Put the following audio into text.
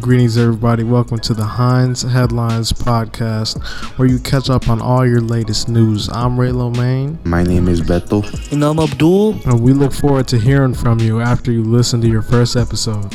Greetings, everybody. Welcome to the Heinz Headlines Podcast, where you catch up on all your latest news. I'm Ray Lomain, My name is Beto. And I'm Abdul. and we look forward to hearing from you after you listen to your first episode.